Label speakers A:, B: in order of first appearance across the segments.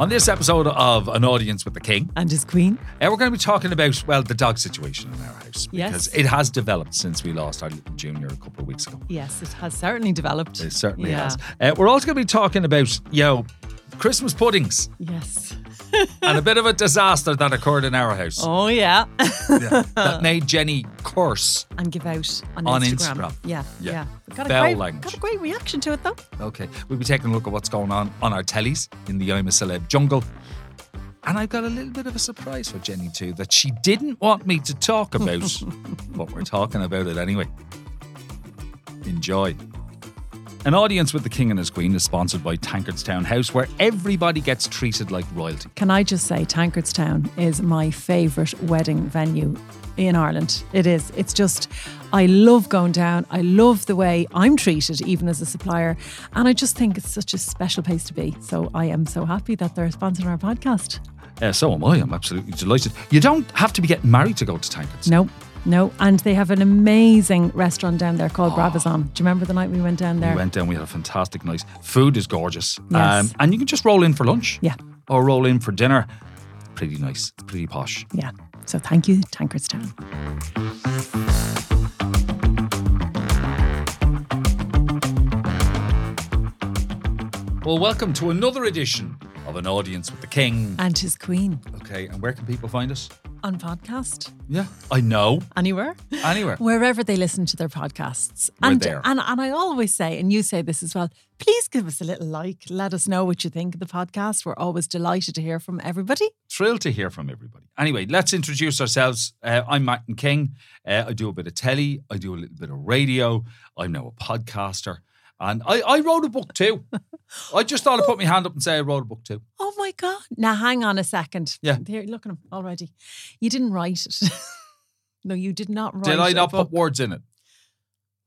A: On this episode of An Audience with the King,
B: And his queen.
A: uh, we're going to be talking about, well, the dog situation in our house.
B: Yes.
A: Because it has developed since we lost our little junior a couple of weeks ago.
B: Yes, it has certainly developed.
A: It certainly
B: Yeah.
A: has. Uh, we're also going to be talking about, you know, Christmas puddings
B: Yes.
A: and a bit of a disaster that occurred in our house
B: Oh, yeah.
A: Yeah. that made Jenny curse.
B: and give out on,
A: On
B: Instagram.
A: Instagram.
B: Yeah.
A: Yeah.
B: Yeah. We Got, a
A: Bell
B: great,
A: language.
B: got a great reaction to it, though.
A: Okay, we'll be taking a look at what's going on on our tellies in the I'm a Celeb jungle. And I've got a little bit of a surprise for Jenny too that she didn't want me to talk about, but we're talking about it anyway. Enjoy. An Audience with the King and His Queen is sponsored by Tankardstown House, where everybody gets treated like royalty.
B: Can I just say, Tankardstown is my favourite wedding venue in Ireland. It is. It's just, I love going down. I love the way I'm treated, even as a supplier. And I just think it's such a special place to be. So I am so happy that they're sponsoring our podcast.
A: Uh, so am I. I'm absolutely delighted. You don't have to be getting married to go to Tankardstown.
B: No, no. And they have an amazing restaurant down there called Brabazon. Do you remember the night we went down there?
A: We went down. We had a fantastic night. Food is gorgeous. Um,
B: Yes.
A: and you can just roll in for lunch.
B: Yeah.
A: Or roll in for dinner. Pretty nice. It's pretty posh.
B: yeah. So thank you, Tankardstown.
A: Well, welcome to another edition of An Audience with the King.
B: And his queen
A: Okay, and where can people find us?
B: on podcast.
A: Yeah. I know.
B: Anywhere?
A: Anywhere.
B: Wherever they listen to their podcasts.
A: We're
B: and,
A: there.
B: and and I always say, and you say this as well, please give us a little like. Let us know what you think of the podcast. We're always delighted to hear from everybody.
A: Thrilled to hear from everybody. Anyway, let's introduce ourselves. Uh, I'm Martin King. Uh, I do a bit of telly. I do a little bit of radio. I'm now a podcaster. And I, I wrote a book too. I just thought I'd put my hand up and say I wrote a book too.
B: Oh my God. Now hang on a second.
A: Yeah.
B: Here, look at him already. You didn't write it. no, you did not write
A: Did I
B: a
A: not
B: book.
A: put words in it?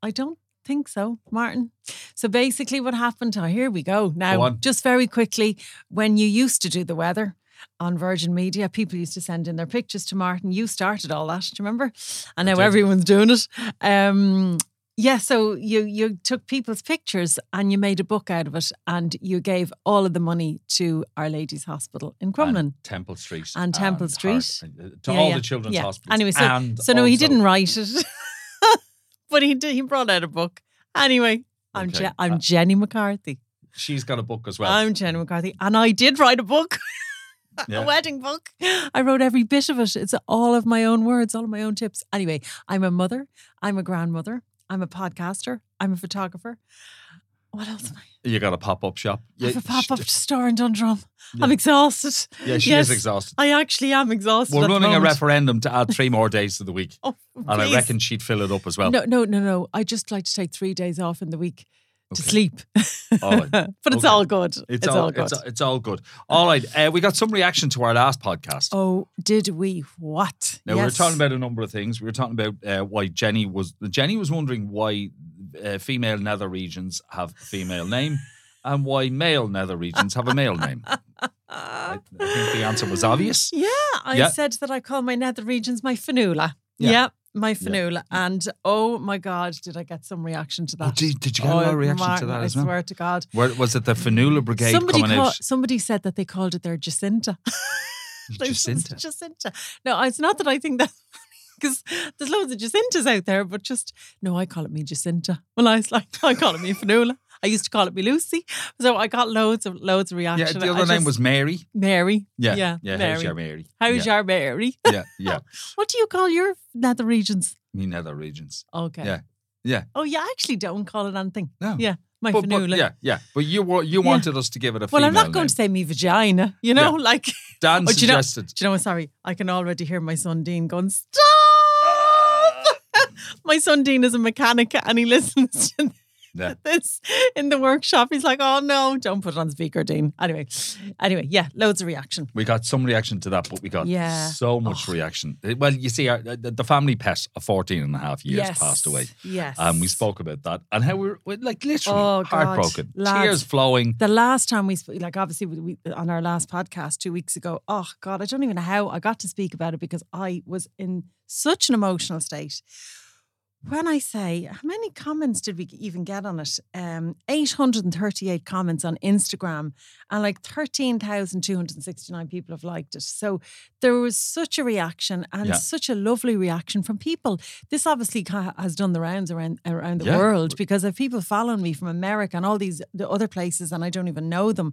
B: I don't think so, Martin. So basically, what happened? Oh, here we go. Now,
A: Go on.
B: just very quickly, when you used to do the weather on Virgin Media, people used to send in their pictures to Martin. You started all that, do you remember? And now
A: did.
B: everyone's doing it. Um, yeah, so you you took people's pictures and you made a book out of it, and you gave all of the money to Our Lady's Hospital in Crumlin.
A: and Temple Street
B: And Temple
A: Har-
B: Street.
A: and, uh, to
B: Yeah,
A: all
B: yeah,
A: the children's
B: yeah.
A: hospitals.
B: Anyway, so-
A: And
B: So no, he
A: also-
B: didn't write it, but he did, he brought out a book anyway. I'm
A: Okay,
B: Je- I'm
A: uh,
B: Jenny McCarthy.
A: She's got a book as well.
B: I'm Jenny McCarthy, and I did write a book,
A: Yeah.
B: a wedding book. I wrote every bit of it. It's all of my own words, all of my own tips. Anyway, I'm a mother. I'm a grandmother. I'm a podcaster. I'm a photographer. What else? Am I?
A: you got a pop-up shop.
B: I have a
A: Yeah, sh-
B: pop up store in Dundrum.
A: Yeah.
B: I'm exhausted.
A: Yeah, she
B: Yes,
A: is exhausted.
B: I actually am exhausted.
A: We're
B: at the
A: running a
B: moment.
A: referendum to add three more days to the week,
B: Oh,
A: and I
B: please.
A: reckon she'd fill it up as well.
B: No, no, no, no. I just like to take three days off in the week to
A: Okay.
B: sleep.
A: All right.
B: but it's
A: Okay.
B: all good.
A: It's, all,
B: good.
A: It's, it's all good. All right, uh, we got some reaction to our last podcast.
B: oh, did we what?
A: Now we were
B: yes.
A: talking about a number of things. We were talking about uh, why Jenny was Jenny was wondering why uh, female nether regions have a female name, and why male nether regions have a male name.
B: Ah.
A: I, I think the answer was obvious.
B: Yeah, I
A: Yeah.
B: said that I call my nether regions my fanula.
A: Yeah.
B: Yeah. my fanula. And oh my God, did I get some reaction to that?
A: Oh, did, did you get a lot
B: Oh,
A: of reaction to
B: Martin,
A: that
B: I
A: as well?
B: swear to God.
A: Where, was it the Fanula Brigade
B: Somebody,
A: coming
B: call-
A: out?
B: somebody said that they called it their Jacinta. Like,
A: Jacinta.
B: Jacinta. No, it's not that I think that because there's loads of Jacintas out there, but just no, I call it me Jacinta. Well, I was like, I call it me Fanula. I used to call it me Lucy. So I got loads of loads of
A: Yeah,
B: reaction.
A: the
B: I
A: other name
B: just-
A: was Mary.
B: Mary.
A: Yeah,
B: yeah,
A: How's
B: Mary.
A: your Mary?
B: How's
A: yeah,
B: your Mary?
A: yeah, yeah.
B: What do you call your nether regions?
A: Me nether regions.
B: Okay.
A: Yeah. Yeah.
B: Oh, yeah. I actually don't call it anything.
A: No.
B: Yeah. My
A: But, but
B: fanula.
A: yeah, yeah. But you wa- you
B: Yeah.
A: wanted us to give it a.
B: Well, I'm
A: female
B: not going
A: name.
B: to say me vagina. You know, like do
A: Dan
B: Oh, do you know-
A: suggested.
B: you know? what? Sorry, I can already hear my son Dean going stop. my son Dean is a mechanic, and he listens to
A: Yeah.
B: this in the workshop. He's like, "Oh no, don't put it on speaker, Dean." Anyway, anyway, yeah, loads of reaction.
A: We got some reaction to that, but we got
B: Yeah. Oh.
A: so much reaction. Eh, Well, you see, our, the, the family pet of 14 and a half years
B: yes,
A: passed away.
B: Yes,
A: And we spoke about that and how we were, we're, like, literally
B: Oh, God.
A: heartbroken.
B: Lads.
A: Tears flowing.
B: The last time we spoke, like obviously we, we, on our last podcast two weeks ago, oh God, I don't even know how I got to speak about it because I was in such an emotional state. when I say how many comments did we even get on it? Um, 838 comments on Instagram, and like 13,269 people have liked it. So there was such a reaction and
A: Yeah.
B: such a lovely reaction from people. This obviously ca- has done the rounds around around the
A: Yeah.
B: world because of people following me from America and all these the other places, and I don't even know them.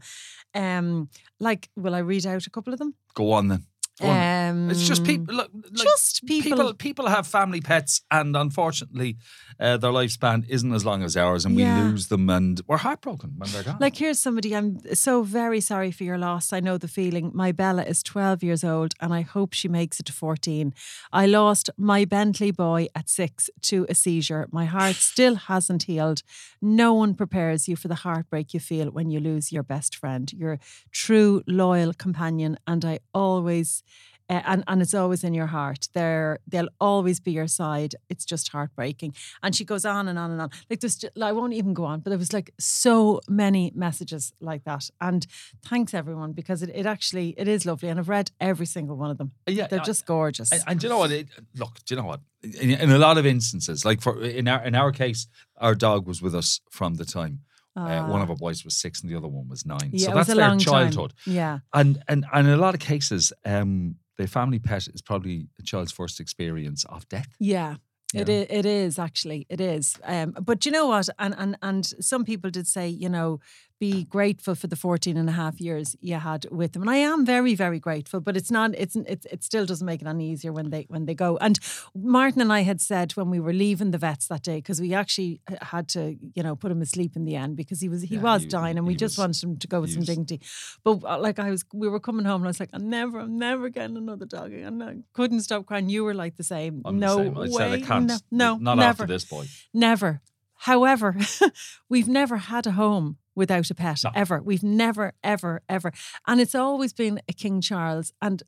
B: Um, like, will I read out a couple of them?
A: Go on then. Go on.
B: Um,
A: it's just people. Look, like,
B: just
A: people. people. have family pets, and unfortunately, uh, their lifespan isn't as long as ours, and
B: Yeah.
A: we lose them, and we're heartbroken when they're gone.
B: Like here's somebody I'm so very sorry for your loss. I know the feeling. My Bella is 12 years old and I hope she makes it to 14. I lost my Bentley boy at 6 to a seizure. My heart still hasn't healed. No one prepares you for the heartbreak you feel when you lose your best friend, your true loyal companion and I always uh, and, and it's always in your heart. They're, they'll always be your side. It's just heartbreaking. And she goes on and on and on. Like there's, ju- I won't even go on, but there was like so many messages like that. And thanks everyone because it, it actually it is lovely, and I've read every single one of them.
A: Uh, yeah,
B: They're
A: I-
B: just gorgeous.
A: And, and do you know what? It, look, do you know what? In, in a lot of instances, like for in our in our case, our dog was with us from the time uh, one of our boys was six and the other one was nine.
B: Ah. yeah,
A: so
B: it
A: that's
B: was a
A: their
B: long time.
A: childhood.
B: Yeah,
A: And and and in a lot of cases, um, their family pet is probably a child's first experience of death.
B: yeah. It,
A: Yeah.
B: is, it is actually it is um, but you know what and, and and some people did say you know be grateful for the 14 and a half years you had with them and i am very very grateful but it's not it's it's it still doesn't make it any easier when they when they go and martin and i had said when we were leaving the vets that day because we actually h- had to you know put him asleep in the end because he was he
A: Yeah,
B: was
A: he-
B: dying and
A: he
B: we just
A: was-
B: wanted him to go with
A: he
B: some
A: was-
B: dignity but uh, like i was we were coming home and i was like i'm never i'm never getting another dog and i couldn't stop crying you were like the same
A: I'm the
B: no
A: same. I
B: way
A: said I can't.
B: no, no
A: not
B: never
A: after this boy.
B: Never. However, we've never had a home without a pet
A: No.
B: ever. We've never, ever, ever. And it's always been a King Charles. And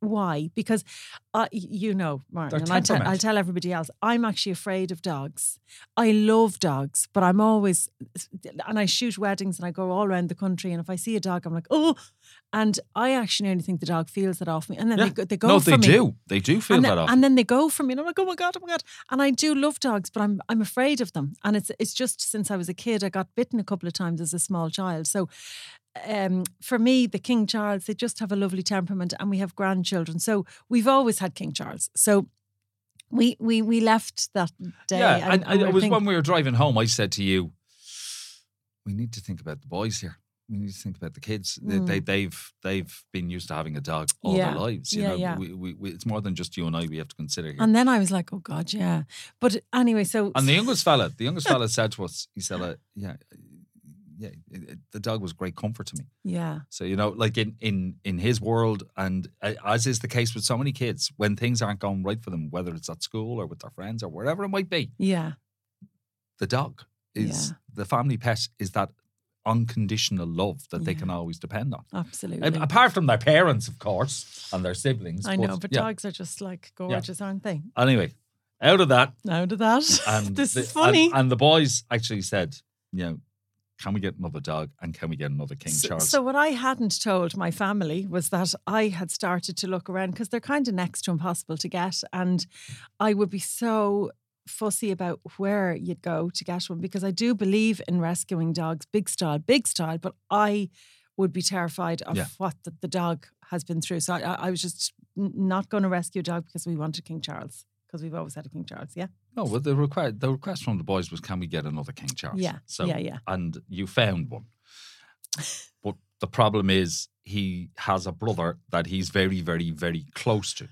B: why? Because uh, you know, Martin,
A: Their
B: and I'll, tell- I'll
A: temperament.
B: tell everybody else, I'm actually afraid of dogs. I love dogs, but I'm always, and I shoot weddings and I go all around the country. And if I see a dog, I'm like, oh. And I actually nearly think the dog feels that off me. And then
A: Yeah.
B: they go, they go
A: no,
B: for
A: they
B: me
A: do. They do feel
B: and
A: that
B: then,
A: off.
B: and then they go for me, and I'm like, oh my god, oh my god. And I do love dogs, but I'm I'm afraid of them. And it's it's just since I was a kid, I got bitten a couple of times as a small child. So, um, for me, the King Charles, they just have a lovely temperament, and we have grandchildren, so we've always had King Charles. So. We, we we left that day.
A: yeah, and, and
B: we
A: it
B: were
A: was
B: thinking-
A: when we were driving home. I said to you, "We need to think about the boys here. We need to think about the kids. They,
B: Mm.
A: they, they've they've been used to having a dog all
B: Yeah.
A: their lives. You
B: Yeah,
A: know,
B: yeah.
A: We, we, we, it's more than just you and I. We have to consider here.
B: and then I was like, oh God, yeah. But anyway, so
A: And the youngest fella, the youngest fella said to us, he said, uh, "Yeah, yeah, it, it- the dog was great comfort to me."
B: yeah,
A: So you know, like in in in his world, and uh, as is the case with so many kids, when things aren't going right for them, whether it's at school or with their friends or wherever it might be,
B: yeah,
A: the dog is the family pet is that unconditional love that they
B: Yeah.
A: can always depend on. A-
B: absolutely.
A: Apart from their parents, of course, and their siblings.
B: I know, but
A: yeah.
B: dogs are just like gorgeous, aren't they?
A: Anyway, out of that,
B: Now to that,
A: and
B: this
A: the,
B: is funny.
A: And, and the boys actually said, you know, can we get another dog and can we get another King
B: So-
A: Charles?
B: So, what I hadn't told my family was that I had started to look around because they're kind of next to impossible to get, and I would be so fussy about where you'd go to get one because I do believe in rescuing dogs, big style, big style, but I would be terrified of
A: Yeah.
B: what the, the dog has been through. So I, I I was just n- not going to rescue a dog because we wanted King Charles because we've always had a King Charles. Yeah,
A: no, well, the request the request from the boys was, can we get another King Charles?
B: yeah,
A: So
B: yeah, yeah.
A: and you found one. But the problem is he has a brother that he's very, very, very close to.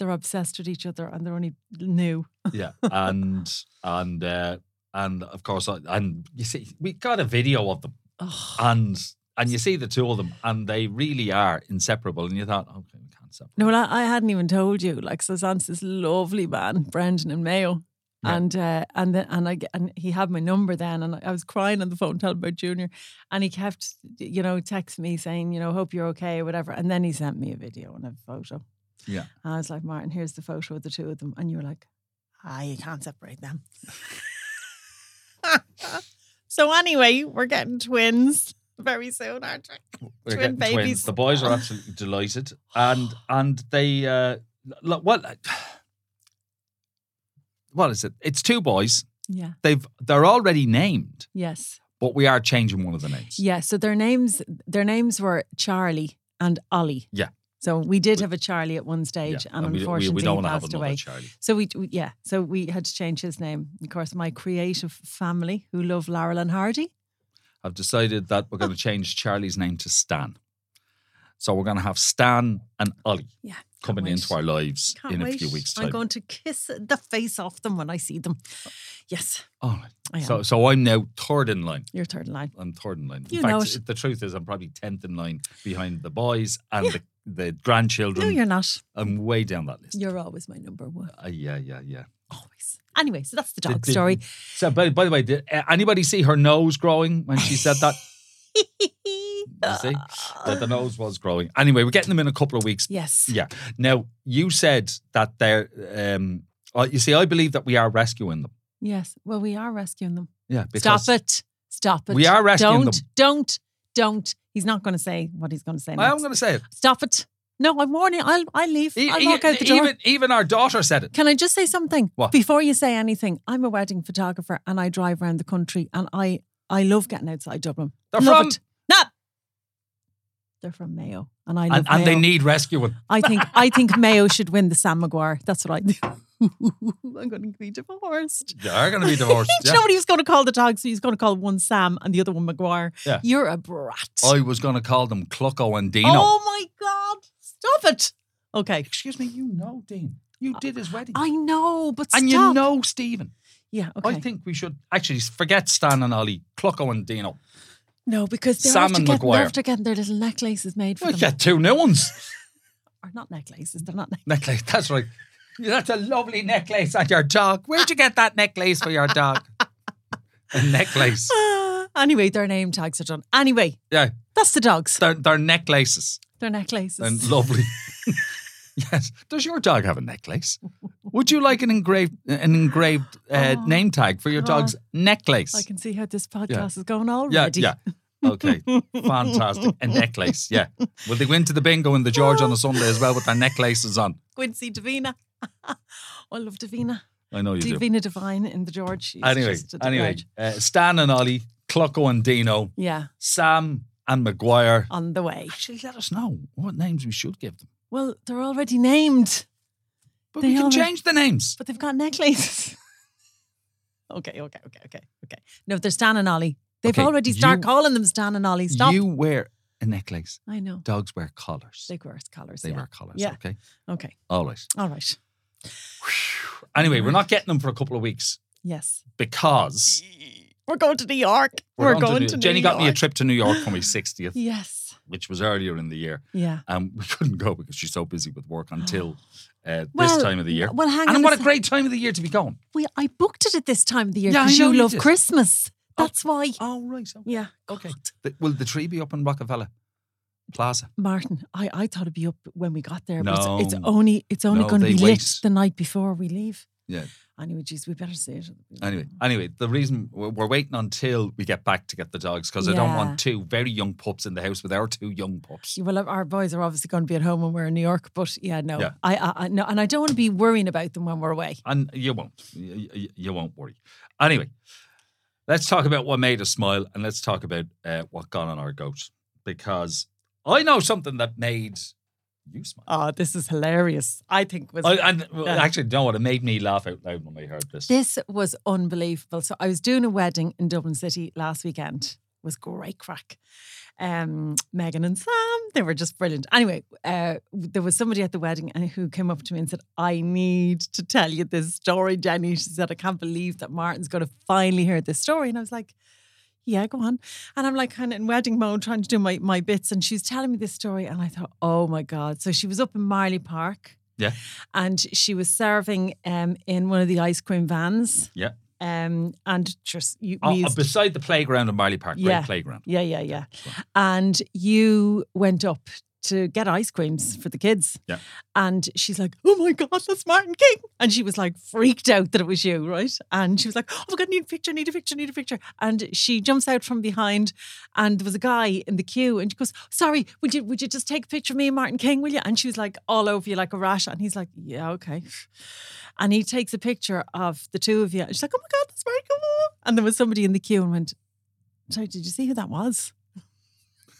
B: They're obsessed with each other and they're only new.
A: Yeah, and and uh, and of course, I, and you see, we got a video of them,
B: Ugh.
A: and and you see the two of them, and they really are inseparable. And you thought, okay, we can't separate.
B: No, well, I, I hadn't even told you. Like Suzanne's this lovely man, Brendan and Mayo.
A: Yeah.
B: And uh, and the, and I g- and he had my number then, and I was crying on the phone telling him about Junior, and he kept you know texting me saying you know hope you're okay or whatever, and then he sent me a video and a photo.
A: Yeah.
B: and I was like Martin, here's the photo of the two of them, and you were like, ah, you can't separate them. so anyway, we're getting twins very soon, aren't we?
A: We're
B: Twin
A: getting
B: babies.
A: The boys are absolutely delighted, and and they uh, look, well, what is it? It's two boys.
B: Yeah.
A: They've they're already named,
B: Yes.
A: but we are changing one of the names.
B: Yeah. So their names their names were Charlie and Ollie.
A: Yeah.
B: So we did have a Charlie at one stage, and,
A: we- we-
B: unfortunately,
A: we, don't
B: he
A: want to have
B: passed
A: another
B: away.
A: Charlie.
B: So we, we- yeah, so we had to change his name. Of course, my creative family who love Laurel and Hardy.
A: I've decided that we're going to change Charlie's name to Stan. So we're going to have Stan and Ollie
B: Yeah, can't
A: coming
B: wait.
A: into our lives
B: Can't
A: in a
B: wait.
A: few weeks'
B: I'm
A: time.
B: going to kiss the face off them when I see them. Yes,
A: All right.
B: I am.
A: So, so I'm now third in line.
B: Your third in line.
A: I'm third in line.
B: You
A: in
B: know
A: fact,
B: it.
A: the truth is, I'm probably tenth in line behind the boys and the, the grandchildren.
B: No, you're not.
A: I'm way down that list.
B: You're always my number one.
A: Uh, yeah, yeah, yeah.
B: Always. Anyway, so that's the
A: Did-
B: dog
A: did-
B: story.
A: So, by, by the way, did uh, anybody see her nose growing when she said that? You see that the nose was growing. Anyway, we're getting them in a couple of weeks.
B: yes.
A: Yeah. Now you said that they're. Um, uh, you see, I believe that we are rescuing them.
B: Yes. Well, we are rescuing them.
A: Yeah.
B: Stop it. Stop it.
A: We are rescuing
B: don't,
A: them.
B: Don't. Don't. He's not going to say what he's going to say
A: I
B: next.
A: am going to say it.
B: Stop it. No, I'm warning. I'll, I'll leave.
A: E-
B: I'll
A: e-
B: walk out the door.
A: Even even our daughter said it.
B: Can I just say something?
A: What?
B: Before you say anything, I'm a wedding photographer and I drive around the country and I, I love getting outside Dublin.
A: They're
B: Love
A: from-
B: it. No. They're from Mayo. And I love
A: And, and they
B: Mayo.
A: need rescuing.
B: I think I think Mayo should win the Sam Maguire. That's what I do. I'm going to be divorced.
A: They are going to be divorced.
B: Do you know what he was going to call the dogs? He was going to call one Sam and the other one Maguire.
A: Yeah.
B: You're a brat.
A: I was going to call them Clucko and Dino.
B: Oh my God. Stop it. Okay.
A: Excuse me, you know, Dean. You did his wedding.
B: Uh, I know, but
A: and
B: stop.
A: you know, Stephen.
B: Yeah, okay.
A: I think we should actually forget Stan and Ollie, Clucko and Dino.
B: No, because they're
A: Sam
B: after
A: and
B: getting,
A: Maguire.
B: they're after getting their little necklaces made for
A: We'll
B: them.
A: get two new ones.
B: Or not necklaces, they're not necklaces.
A: necklace, that's right. That's a lovely necklace on your dog. Where'd you get that necklace for your dog? a necklace.
B: Ah, anyway, their name tags are done. Anyway,
A: Yeah,
B: that's the dogs.
A: they're, they're necklaces.
B: Their necklaces.
A: and lovely. yes. Does your dog have a necklace? Would you like an engraved an engraved uh,
B: Oh,
A: name tag for your dog's necklace?
B: I can see how this podcast is going already.
A: yeah, yeah. Okay, fantastic. A necklace, yeah. Will they go into the bingo in the George on a Sunday as well with their necklaces on?
B: Quincy Davina. I love Davina.
A: I know you do.
B: Davina Divine in the George. She's
A: Anyway,
B: just a
A: anyway,
B: delight.
A: uh, Stan and Ollie, Clucko and Dino,
B: Yeah,
A: Sam and Maguire.
B: on the way.
A: Actually, let us know what names we should give them.
B: Well, they're already named,
A: But
B: They
A: we can
B: already-
A: change the names.
B: but they've got necklaces. okay, okay, okay, okay, okay. No, they're Stan and Ollie. They've
A: Okay,
B: already started
A: you-
B: calling them Stan and Ollie. Stop.
A: You wear a necklace.
B: I know.
A: Dogs wear collars.
B: They wear collars.
A: They
B: yeah.
A: were colours.
B: Yeah.
A: Okay.
B: Okay.
A: All right.
B: All right.
A: Anyway, we're not getting them for a couple of weeks
B: Yes.
A: because
B: We're going to New York. We're,
A: on
B: going
A: New-
B: to, New
A: Jenny
B: York.
A: got me a trip to New York for my 60th,
B: Yes.
A: which was earlier in the year.
B: Yeah.
A: And we couldn't go because she's so busy with work until uh,
B: Well,
A: this time of the year.
B: Well, hang on.
A: and what a
B: sec-
A: great time of the year to be going.
B: we, I booked it at this time of the year
A: Yeah, I
B: because
A: know
B: you
A: you
B: love
A: did.
B: Christmas. That's why.
A: Oh, right. Okay.
B: Yeah.
A: okay. The- will the tree be up in Rockefeller Plaza?
B: Martin, I, I thought it'd be up when we got there, but it's, it's
A: No.
B: only it's only
A: No,
B: going to
A: they
B: be
A: wait.
B: lit the night before we leave.
A: Yeah.
B: Anyway, geez, we better say it.
A: Anyway, anyway, the reason we're, we're waiting until we get back to get the dogs because I don't
B: Yeah.
A: want two very young pups in the house with our two young pups.
B: Well, our boys are obviously going to be at home when we're in New York, but yeah, no,
A: Yeah.
B: I, I, I no, and I don't want to be worrying about them when we're away.
A: And you won't. You, you- you won't worry. Anyway, let's talk about what made us smile and let's talk about uh, what got on our goat because I know something that made you smile.
B: Oh, this is hilarious. I think was
A: I, and well,
B: Yeah.
A: actually, you know what? It made me laugh out loud when I heard this.
B: This was unbelievable. So I was doing a wedding in Dublin City last weekend. It was great crack. Um, Megan and Sam, they were just brilliant. Anyway, uh, there was somebody at the wedding and who came up to me and said, "I need to tell you this story, Jenny." She said, "I can't believe that Martin's going to finally hear this story." And I was like, "Yeah, go on." And I'm like kind of in wedding mode, trying to do my my bits. And she's telling me this story, and I thought, "Oh my god!" So she was up in Marley Park and she was serving um, in one of the ice cream vans.
A: Yeah.
B: Um, and just you, we
A: Oh,
B: used-
A: beside the playground in Marley Park,
B: Yeah.
A: great playground.
B: yeah, yeah, yeah.
A: Sure.
B: And you went up to get ice creams for the kids.
A: Yeah.
B: And she's like, oh my God, that's Martin King. And she was like freaked out that it was you, right? And she was like, oh my God, I need a picture, I need a picture, I need a picture. And she jumps out from behind and there was a guy in the queue and she goes, sorry, would you would you just take a picture of me and Martin King, will you? And she was like all over you like a rash. And he's like, yeah, okay. And he takes a picture of the two of you. And she's like, oh my God, that's Martin King. And there was somebody in the queue and went, sorry, did you see who that was?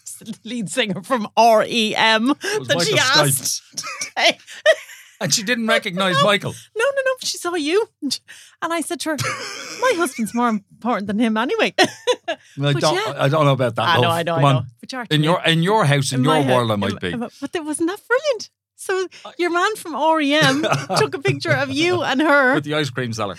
B: It's the lead singer from REM
A: was
B: that she
A: Michael Stipe.
B: asked. to take-
A: And she didn't recognize Michael.
B: no, no, no. She saw you. And I said to her, My husband's more important than him anyway.
A: I
B: But
A: don't,
B: yeah.
A: I don't know about that.
B: I know,
A: love.
B: I know,
A: Come
B: I
A: on.
B: know. But you're
A: In your in your house, in,
B: in
A: your
B: my head,
A: world, I
B: in
A: might
B: my-
A: be.
B: But that wasn't that brilliant. So your man from REM took a picture of you and her.
A: With the ice cream seller.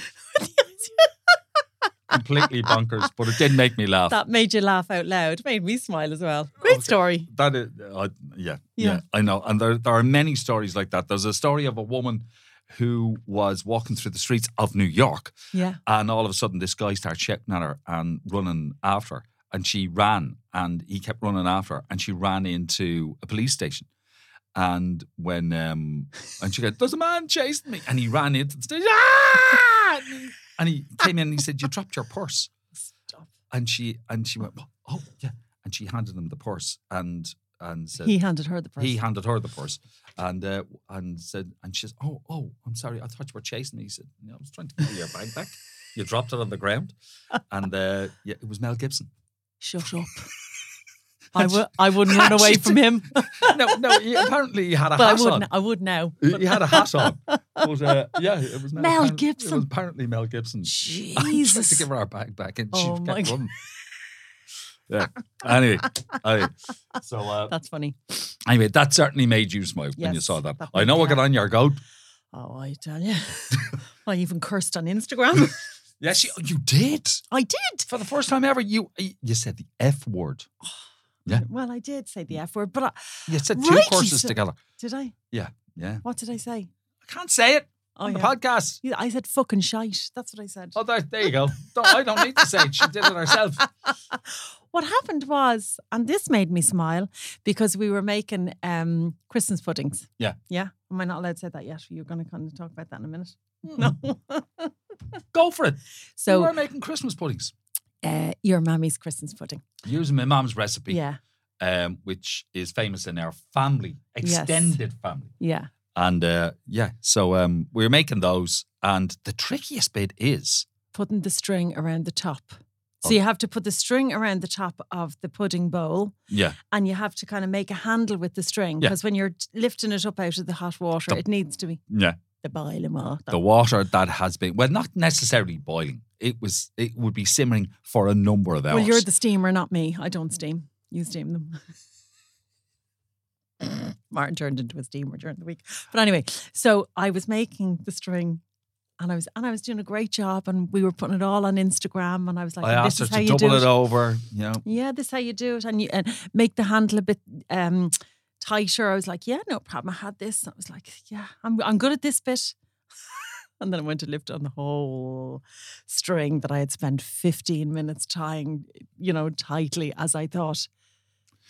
A: Completely bonkers, but it did make me laugh.
B: That made you laugh out loud. Made me smile as well. Great
A: Oh, Okay.
B: story.
A: That is, uh, yeah, yeah,
B: Yeah.
A: I know. And there, there are many stories like that. There's a story of a woman who was walking through the streets of New York,
B: Yeah.
A: and all of a sudden, this guy starts shouting at her and running after her. And she ran, and he kept running after her, and she ran into a police station. And when, um, and she goes, There's a man chasing me. And he ran into the station. "Ah!" And he came in and he said, You dropped your purse
B: Stop.
A: and she and she went, oh yeah, and she handed him the purse and and said
B: He
A: he,
B: handed her the purse.
A: handed her the purse and uh, and said and she says, oh oh, I'm sorry, I thought you were chasing me. He said, no, I was trying to give you your bag back. You dropped it on the ground, and uh, yeah, it was Mel Gibson.
B: Shut up. I w- I wouldn't run away
A: She
B: from him.
A: No, no, he, apparently he had a
B: But I
A: hat
B: would,
A: on.
B: n- I would now.
A: He- He had a hat on. But uh, yeah, it was
B: Mel
A: apparent- It
B: Gibson.
A: was apparently Mel Gibson. I tried to
B: Jesus.
A: give her our bag back, and
B: Oh
A: she
B: my
A: kept
B: God.
A: running. Yeah. Anyway, anyway. so uh,
B: That's funny.
A: Anyway, that certainly made you smile when you
B: Yes,
A: saw that.
B: that
A: I
B: made
A: know
B: me
A: I got
B: laugh.
A: on your goat.
B: Oh, I tell you. I even cursed on Instagram.
A: Yes, you, you did.
B: I did.
A: For the first time ever, you you said the F word.
B: Well, I did say the F word, but I,
A: You said two
B: Right, you
A: courses
B: said-
A: together.
B: did I?
A: Yeah.
B: What did I say?
A: I can't say it
B: Oh,
A: on the
B: yeah.
A: podcast.
B: Yeah, I said fucking shite. That's what I said.
A: Oh, there, there you go. Don't- I don't need to say it. She did it herself.
B: What happened was, and this made me smile because we were making um, Christmas puddings.
A: Yeah.
B: Yeah. Am I not allowed to say that yet? You're going to kind of talk about that in a minute. No.
A: Go for it. So
B: so,
A: you are making Christmas puddings
B: uh, your mammy's Christmas pudding.
A: using my mom's recipe,
B: Yeah.
A: um, which is famous in our family,
B: Yes.
A: extended family.
B: Yeah.
A: And uh, yeah, so um, we were making those. And the trickiest bit is
B: Putting the string around the top. So
A: Oh.
B: you have to put the string around the top of the pudding bowl
A: yeah,
B: and you have to kind of make a handle with the string
A: Yeah.
B: because when you're t- lifting it up out of the hot water,
A: The-
B: it needs to be
A: yeah.
B: the boiling water.
A: the water that has been well not necessarily boiling it was it would be simmering for a number of hours
B: well, you're the steamer, not me. I don't steam. You steam them. Martin turned into a steamer during the week. But anyway, so I was making the string and I was and I was doing a great job and we were putting it all on Instagram and I was like,
A: i
B: "And
A: asked
B: this
A: her
B: is how
A: to
B: you
A: double
B: do
A: it over you know
B: yeah, this is how you do it, and you and make the handle a bit um tighter. I was like, yeah, no problem. I had this. I was like, yeah, I'm I'm good at this bit. and then I went to lift on the whole string that I had spent 15 minutes tying, you know, tightly as I thought.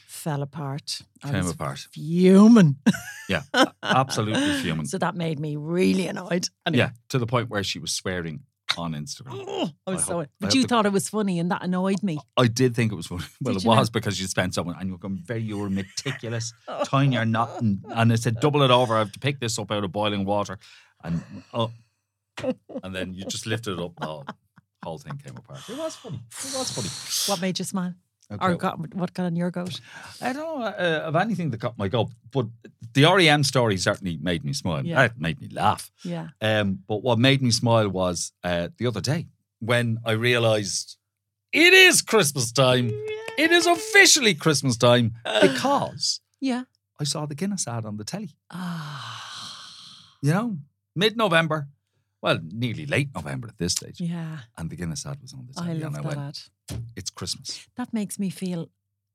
B: Fell apart. I
A: came
B: was
A: apart
B: fuming.
A: yeah a- absolutely fuming
B: so that made me really annoyed. Anyway, Oh,
A: yeah to the point where she was swearing on instagram
B: I was
A: I
B: so.
A: hope- I
B: but
A: hope
B: you
A: the-
B: thought it was funny, and that annoyed me.
A: i did think it was funny well
B: Did
A: it
B: you now?
A: was because you spent so much and you were going very you were meticulous tying your knot and, and i said double it over i have to pick this up out of boiling water and oh and then you just lifted it up the whole, whole thing came apart it was funny it was funny
B: What made you smile? Or
A: Okay.
B: got, what got on your goat?
A: I don't know uh, of anything that got my goat, but the REM story certainly made me smile.
B: Yeah.
A: It made me laugh.
B: Yeah.
A: Um, but what made me smile was uh, the other day when I realised it is Christmas time. It is officially Christmas time
B: Ah.
A: because
B: Yeah.
A: I saw the Guinness ad on the telly.
B: Ah.
A: You know, mid-November, well, nearly late November at this stage,
B: Yeah,
A: and the Guinness ad was on the
B: I
A: telly,
B: love
A: and I
B: that
A: went,
B: ad.
A: "It's Christmas."
B: That makes me feel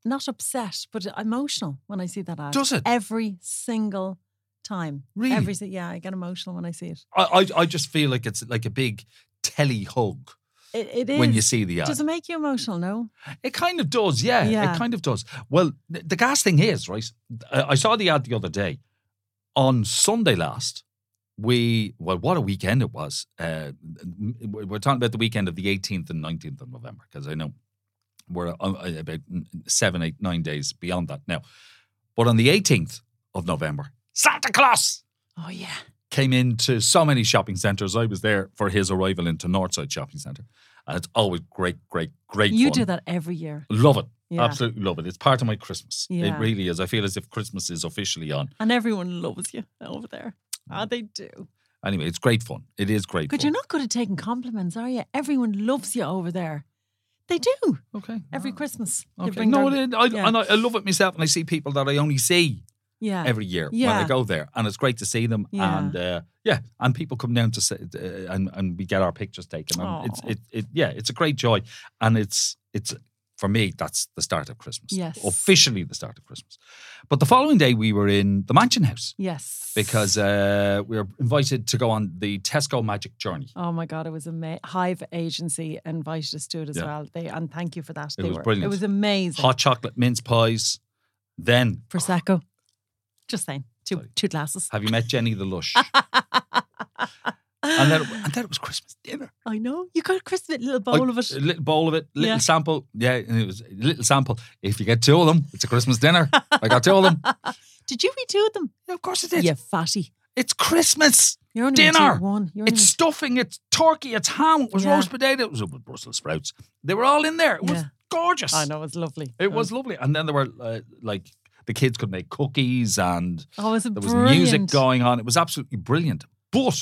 B: not upset, but emotional when I see that ad.
A: Does it?
B: Every single time.
A: Really?
B: Every si- yeah, I get emotional when I see it.
A: I, I, I just feel like it's like a big telly hug.
B: It, it is.
A: when you see the ad.
B: Does it make you emotional? No.
A: It kind of does, yeah.
B: Yeah.
A: It kind of does. Well, th- the gas thing is, right? uh, I I saw the ad the other day. On Sunday last, we, well, what a weekend it was. Uh, m- we're talking about the weekend of the 18th and 19th of November, because I know we're uh, uh, about seven, eight, nine days beyond that now. But on the 18th of November, Santa Claus
B: Oh yeah.
A: came into so many shopping centres. I was there for his arrival into Northside Shopping Centre. And it's always great, great, great
B: You
A: fun.
B: do that every year.
A: Love it.
B: Yeah.
A: Absolutely love it. It's part of my Christmas.
B: Yeah.
A: It really is. I feel as if Christmas is officially on.
B: And everyone loves you over there. Ah,
A: Mm.
B: they do.
A: Anyway, it's great fun. It is great
B: But
A: fun.
B: you're not good at taking compliments, are you? Everyone loves you over there. They do.
A: Okay.
B: Every Christmas. They
A: Ah. Okay.
B: bring
A: No,
B: their-
A: it, I,
B: yeah.
A: and I, I love it myself, and I see people that I only see
B: yeah.
A: every year when
B: Yeah.
A: I go there, and it's great to see them.
B: Yeah.
A: And uh, yeah, and people come down to sit, uh, and and we get our pictures taken. And it's
B: Aw.
A: it, it yeah, it's a great joy, and it's it's for me that's the start of Christmas.
B: Yes.
A: officially the start of Christmas. But the following day we were in the Mansion House.
B: yes.
A: because uh, we were invited to go on the Tesco Magic Journey.
B: Oh my God, it was amazing. Hive Agency invited us to it as
A: Yeah.
B: well. They and thank you for that.
A: It
B: they
A: was
B: were, It
A: brilliant.
B: was amazing.
A: Hot chocolate mince pies. Then,
B: Prosecco. Just saying. Two
A: Sorry.
B: two glasses.
A: have you met Jenny the Lush? and, then, and then it was Christmas dinner.
B: I know. You got a crisp little bowl
A: I-
B: of it.
A: A little bowl of it, little
B: Yeah.
A: sample. Yeah, and it was a little sample. If you get two of them, it's a Christmas dinner. I got two of them.
B: Did you eat two of them?
A: Yeah, of course it is.
B: you fatty.
A: It's Christmas.
B: You're only gonna
A: Dinner.
B: eat one. You're only
A: It's stuffing. It's turkey. It's ham. It was
B: Mm. Yeah.
A: roast potatoes. It was Brussels sprouts. They were all in there. It was
B: Yeah.
A: gorgeous.
B: gonna- I know. It's lovely.
A: It was lovely. And then there were uh, like the kids could make cookies and
B: Oh, it was
A: there was
B: brilliant.
A: music going on. It was absolutely brilliant. But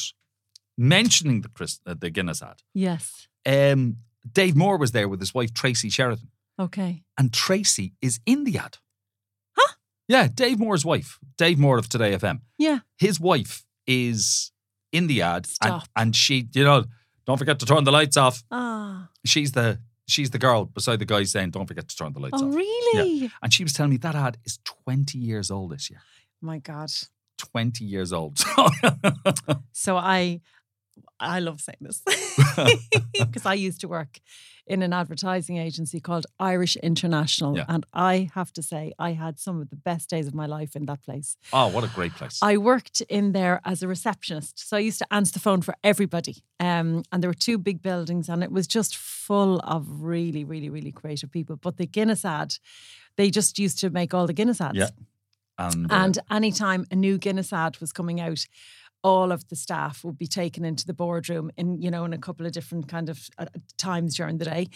A: mentioning the Chris, uh, the Guinness ad,
B: Yes.
A: um, Dave Moore was there with his wife Tracy Sheridan,
B: Okay.
A: and Tracy is in the ad. Huh? Yeah, Dave Moore's wife, Dave Moore of Today FM.
B: Yeah.
A: His wife is in the ad, and,
B: Stop.
A: and she, you know, don't forget to turn the lights off.
B: Ah.
A: She's the she's the girl beside the guy saying, "Don't forget to turn the lights
B: Oh,
A: off."
B: really?
A: And she was telling me that ad is 20 years old this year.
B: My God.
A: 20 years old. So-
B: So I, I love saying this because I used to work in an advertising agency called Irish International,
A: Yeah.
B: and I have to say I had some of the best days of my life in that place.
A: oh, what a great place.
B: I worked in there as a receptionist, so I used to answer the phone for everybody. Um, and there were two big buildings, and it was just full of really, really, really creative people. But the Guinness ad, they just used to make all the Guinness ads.
A: Yeah. and, uh,
B: And anytime a new Guinness ad was coming out, all of the staff would be taken into the boardroom in, you know, in a couple of different kind of uh, times during the day,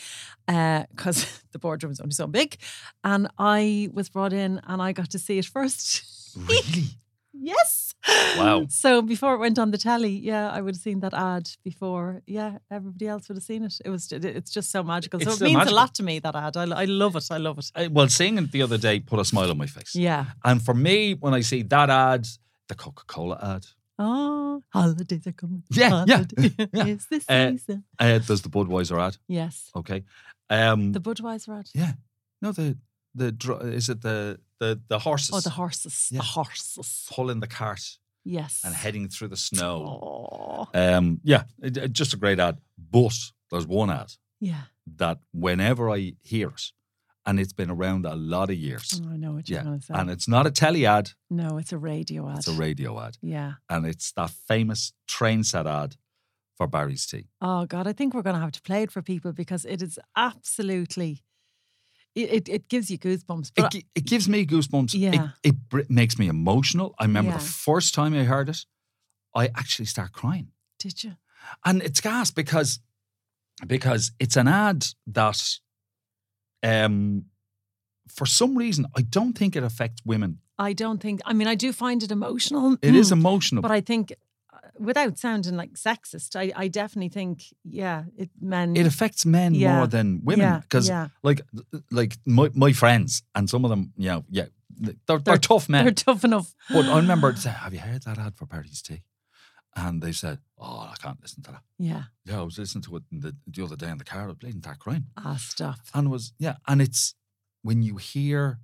B: because the boardroom is only so big. And I was brought in, and I got to see it first.
A: really?
B: yes.
A: Wow.
B: So before it went on the telly, yeah, I would have seen that ad before. Yeah, everybody else would have seen it. It was, it- it's just so magical. So
A: It's
B: it
A: so
B: means
A: magical.
B: a lot to me that ad. I, lo- I love it. I love it.
A: I- well, seeing it the other day put a smile on my face.
B: Yeah.
A: And for me, when I see that ad, the Coca Cola ad,
B: Oh, holidays are coming.
A: Yeah, yeah,
B: Holiday
A: yeah.
B: is the
A: Uh,
B: season.
A: uh, there's the Budweiser ad.
B: yes,
A: Okay. Um,
B: the Budweiser ad.
A: no, the, the, dr- is it the, the, the horses?
B: Oh, the horses.
A: Yeah.
B: The horses.
A: Pulling the cart
B: Yes.
A: and heading through the snow.
B: Oh,
A: Um, yeah, it- it- just a great ad. But there's one ad
B: yeah.
A: that whenever I hear it, and it's been around a lot of years,
B: Oh, I know what you're
A: Yeah,
B: going to say.
A: and it's not a telly ad,
B: no, it's a radio ad.
A: it's a radio ad.
B: yeah.
A: And it's that famous train set ad for Barry's Tea.
B: Oh God, I think we're going to have to play it for people because it is absolutely. It it, it gives you goosebumps.
A: It,
B: But
A: gi- it gives me goosebumps. It-
B: Yeah.
A: It, br- makes me emotional. I remember
B: Yeah.
A: the first time I heard it, I actually start crying.
B: did you?
A: And it's gas because because it's an ad that um for some reason I don't think it affects women.
B: I don't think. I mean, I do find it emotional.
A: It is
B: mm,
A: emotional.
B: But I think, uh, without sounding like sexist, I, I definitely think, yeah, it men.
A: it affects men
B: Yeah.
A: more than women
B: yeah,
A: because
B: yeah,
A: like like my, my friends and some of them you know yeah they're, they're,
B: They're-
A: tough men
B: they're tough enough.
A: but I remember saying have you heard that ad for Bertie's tea and they said oh I can't listen to that
B: Yeah.
A: yeah I was listening to it in the, the other day in the car I was bleeding that crying
B: Ah, stop.
A: and it was yeah and it's when you hear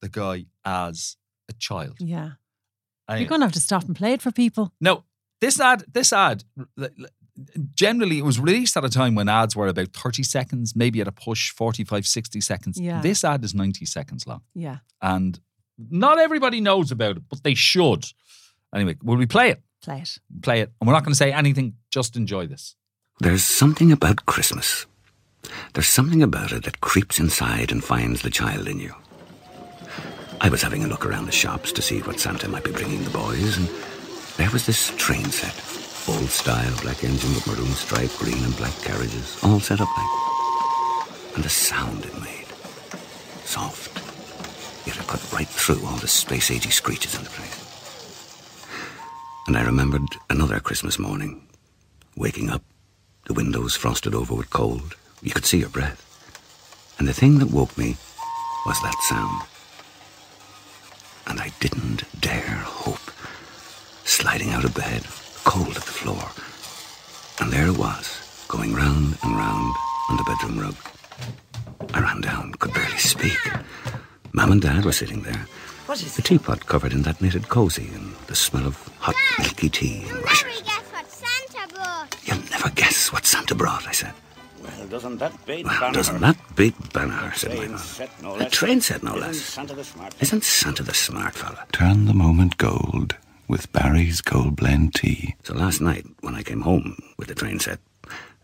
A: the guy as a child
B: Yeah.
A: I-
B: You're going to have to stop and play it for people.
A: no this ad this ad generally it was released at a time when ads were about 30 seconds, maybe at a push 45, 60 seconds.
B: Yeah.
A: This ad is 90 seconds long.
B: Yeah.
A: And not everybody knows about it, but they should. Anyway, will we play it?
B: Play it.
A: Play it. And we're not going to say anything, just enjoy this.
C: There's something about Christmas. There's something about it that creeps inside and finds the child in you. I was having a look around the shops to see what Santa might be bringing the boys, and there was this train set. Old style, black engine with maroon stripe, green and black carriages, all set up like. And the sound it made. Soft. Yet it cut right through all the space agey screeches in the place. And I remembered another Christmas morning, waking up, the windows frosted over with cold. You could see your breath. And the thing that woke me was that sound. And I didn't dare hope. Sliding out of bed, cold at the floor. And there it was, going round and round on the bedroom rug. I ran down, could barely speak. Mum and Dad were sitting there.
D: What is
C: The
D: it?
C: teapot covered in that knitted cosy and the smell of hot, milky tea and rushes.
E: Mary, guess what Santa brought?
C: You'll never guess what Santa brought, I said.
D: Well, doesn't that bait
C: Well,
D: Banner?
C: doesn't that beat Banner, said my
D: train
C: mother.
D: set no
C: The
D: less.
C: train said no
D: Isn't
C: less.
D: Santa the smart fella?
C: Isn't Santa the smart fella?
F: Turn the moment gold with Barry's Gold Blend Tea.
C: So last night, when I came home with the train set,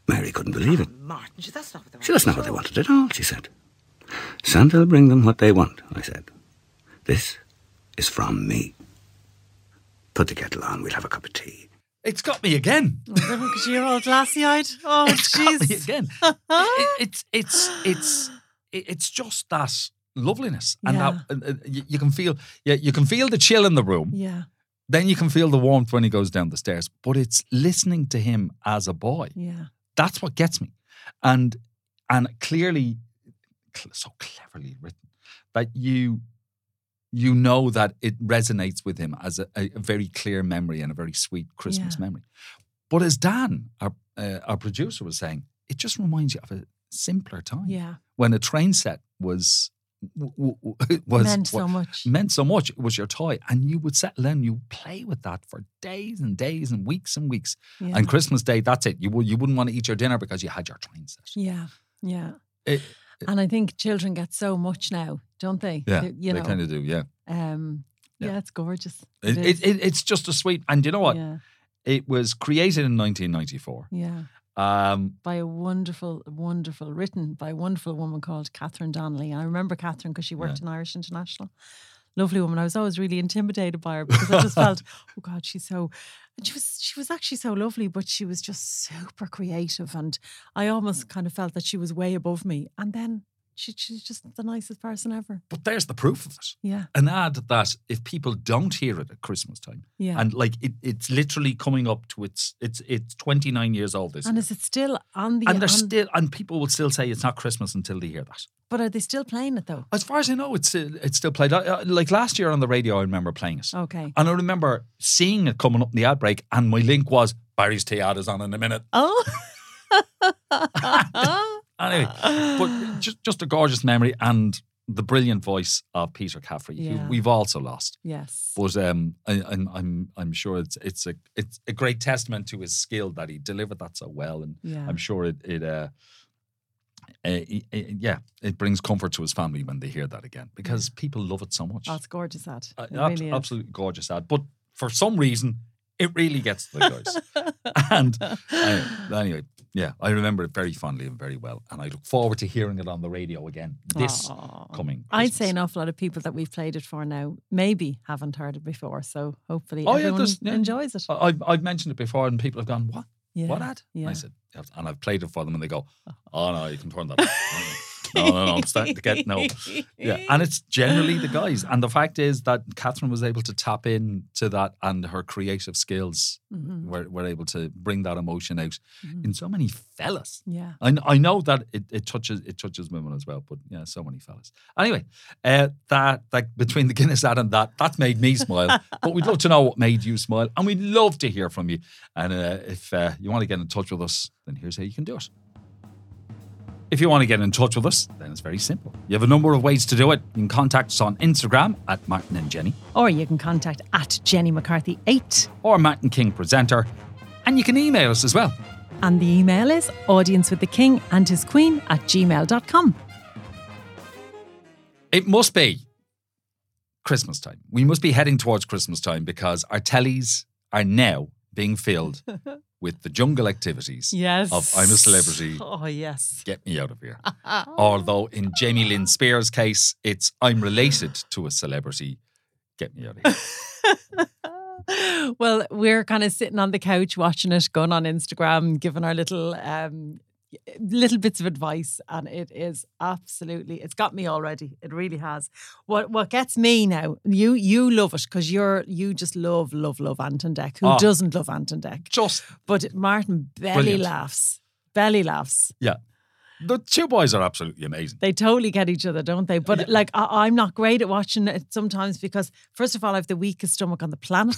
C: Mary couldn't believe it.
D: Oh, Martin, she- that's not what they want.
C: She doesn't know what they wanted at all, she said. Santa will bring them what they want, I said. This is from me. Put the kettle on, we'll have a cup of tea.
A: It's got me again.
B: Because you're all glassy eyed. Oh,
A: It's got me
B: jeez.
A: again. It- it- it's it's it's it- it's just that loveliness, and
B: Yeah.
A: that and, and you, you can feel yeah you can feel the chill in the room.
B: Yeah.
A: Then you can feel the warmth when he goes down the stairs. But it's listening to him as a boy
B: Yeah.
A: that's what gets me, and and clearly, cl- so cleverly written that you you know that it resonates with him as a, a a very clear memory and a very sweet Christmas
B: Yeah.
A: memory. But as Dan, our uh, our producer, was saying, it just reminds you of a simpler time
B: Yeah.
A: when a train set was w- w- w- was
B: Meant so
A: wa-
B: much.
A: meant so much. It was your toy, and you would settle in, you would play with that for days and days and weeks and weeks.
B: Yeah.
A: And Christmas Day, that's it. You would you wouldn't want to eat your dinner because you had your train set.
B: yeah. Yeah.
A: It-
B: and I think children get so much now, don't they?
A: eh. Yeah,
B: They- you
A: they
B: know.
A: kind of do. Yeah,
B: um,
A: Yeah.
B: yeah. it's gorgeous.
A: it,
B: is.
A: it, it- it's just a sweet. And you know what?
B: Yeah.
A: It was created in 1994.
B: Yeah.
A: Um,
B: by a wonderful, wonderful, written by a wonderful woman called Catherine Donnelly. And I remember Catherine because she worked in Irish International. Lovely woman. I was always really intimidated by her because I just felt, oh God, she's so. And she was she was actually so lovely, but she was just super creative, and I
A: Mm.
B: almost kind of felt that she was way above me. And then she, she's just the nicest person ever.
A: but there's the proof of it.
B: Yeah,
A: An ad that if people don't hear it at Christmas time,
B: yeah.
A: and like it, it's literally coming up to its it's it's 29 years old this
B: And
A: year.
B: is it still on the?
A: and they're
B: on-
A: still and people will still say it's not Christmas until they hear that.
B: but are they still playing it though?
A: As far as I know, it's still, it's still played. I- I- Like last year on the radio, I remember playing it,
B: Okay.
A: and I remember seeing it coming up in the ad break, and my link was Barry's Tea ad is on in a minute.
B: Oh.
A: Uh, Anyway, but just just a gorgeous memory and the brilliant voice of Peter Caffrey,
B: Yeah.
A: who we've also lost.
B: yes.
A: But um, I, I'm I'm I'm sure it's it's a it's a great testament to his skill that he delivered that so well, and
B: Yeah.
A: I'm sure it it uh, uh, it- it- yeah it brings comfort to his family when they hear that again because people love it so much.
B: Oh, it's gorgeous that.
A: Uh,
B: It
A: ab-
B: really is.
A: absolutely gorgeous ad, but for some reason it really gets to the guys. and uh, anyway, yeah, I remember it very fondly and very well, and I look forward to hearing it on the radio again this
B: Aw.
A: coming.
B: I'd say an
A: Christmas.
B: awful lot of people that we've played it for now maybe haven't heard it before. So hopefully
A: Oh, yeah,
B: everyone
A: there's- yeah.
B: enjoys it.
A: I- I've, I've mentioned it before, and people have gone, "What?
B: yeah.
A: What ad?" And
B: Yeah.
A: I said, "Yes," and I've played it for them, and they go, "Oh no, you can turn that." off." no, no, no, I'm starting to get no. Yeah, and it's generally the guys. And the fact is that Catherine was able to tap in to that, and her creative skills
B: Mhm.
A: were, were able to bring that emotion out
B: Mhm.
A: in so many fellas.
B: Yeah.
A: I, kn- I know that it, it touches it touches women as well, but yeah, so many fellas. Anyway, uh, that that between the Guinness ad and that that made me smile. but we'd love to know what made you smile, and we'd love to hear from you. And uh, if uh, you want to get in touch with us, then here's how you can do it. If you want to get in touch with us, then it's very simple. You have a number of ways to do it. You can contact us on Instagram at Martin and Jenny
B: Or you can contact at Jenny McCarthy eight.
A: or Martin King Presenter, and you can email us as well.
B: And the email is audienceWiththeKing and his queen at gmail.com.
A: It must be Christmas time. We must be heading towards Christmas time because our tellies are now being filled with the jungle activities of I'm a Celebrity,
B: Oh, yes.
A: Get Me Out of Here. Although in Jamie Lynn Spears' case, it's I'm related to a celebrity, Get Me Out of Here.
B: well, we're kind of sitting on the couch watching it, going on Instagram, giving our little um, little bits of advice, and it is absolutely it's got me already. It really has. What what gets me now? You you love it because you're you just love love love Anton Deck. Who
A: Oh.
B: doesn't love Anton Deck?
A: Just,
B: But Martin belly
A: Brilliant.
B: laughs, belly laughs.
A: yeah. The two boys are absolutely amazing.
B: They totally get each other, don't they? But like, I, I'm not great at watching it sometimes because, first of all, I have the weakest stomach on the planet.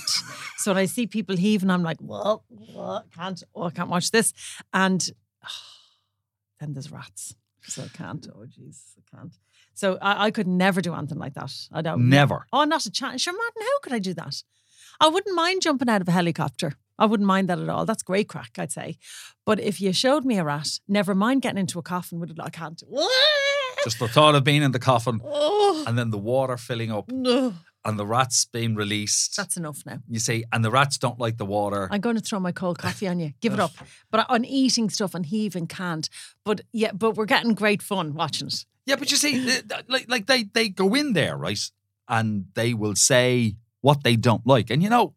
B: so when I see people heaving, I'm like, well, well, can't, oh, I can't watch this. And then there's rats, so I can't. Oh, jeez, I can't. So I, I could never do anything like that. I don't.
A: Never.
B: Oh, not a chance. Sure, Martin, how could I do that? I wouldn't mind jumping out of a helicopter. I wouldn't mind that at all. That's great crack, I'd say. But if you showed me a rat, never mind getting into a coffin with it. I can't.
A: Just the thought of being in the coffin
B: Oh,
A: and then the water filling up
B: no.
A: and the rats being released.
B: That's enough now.
A: you see, and the rats don't like the water.
B: I'm going to throw my cold coffee on you. Give it up. But on eating stuff and heaving can't. But yeah, but we're getting great fun watching it.
A: Yeah, but you see, th- th- like, like they they go in there, right, and they will say what they don't like, and you know,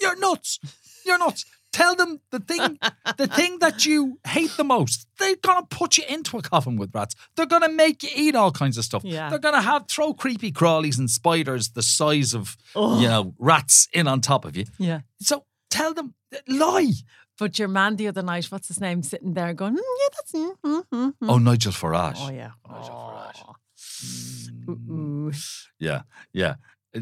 A: you're nuts, you're nuts. Tell them the thing, the thing that you hate the most. They're gonna put you into a coffin with rats. They're gonna make you eat all kinds of stuff.
B: Yeah.
A: They're gonna have throw creepy crawlies and spiders the size of you know rats in on top of you.
B: Yeah.
A: So tell them lie.
B: But your man the other night, what's his name, sitting there going, mm, yeah, that's. Mm, mm, mm, mm."
A: Oh, Nigel Farage.
B: Oh, yeah.
A: Nigel
B: Ooh, ooh.
A: Yeah, yeah. Uh,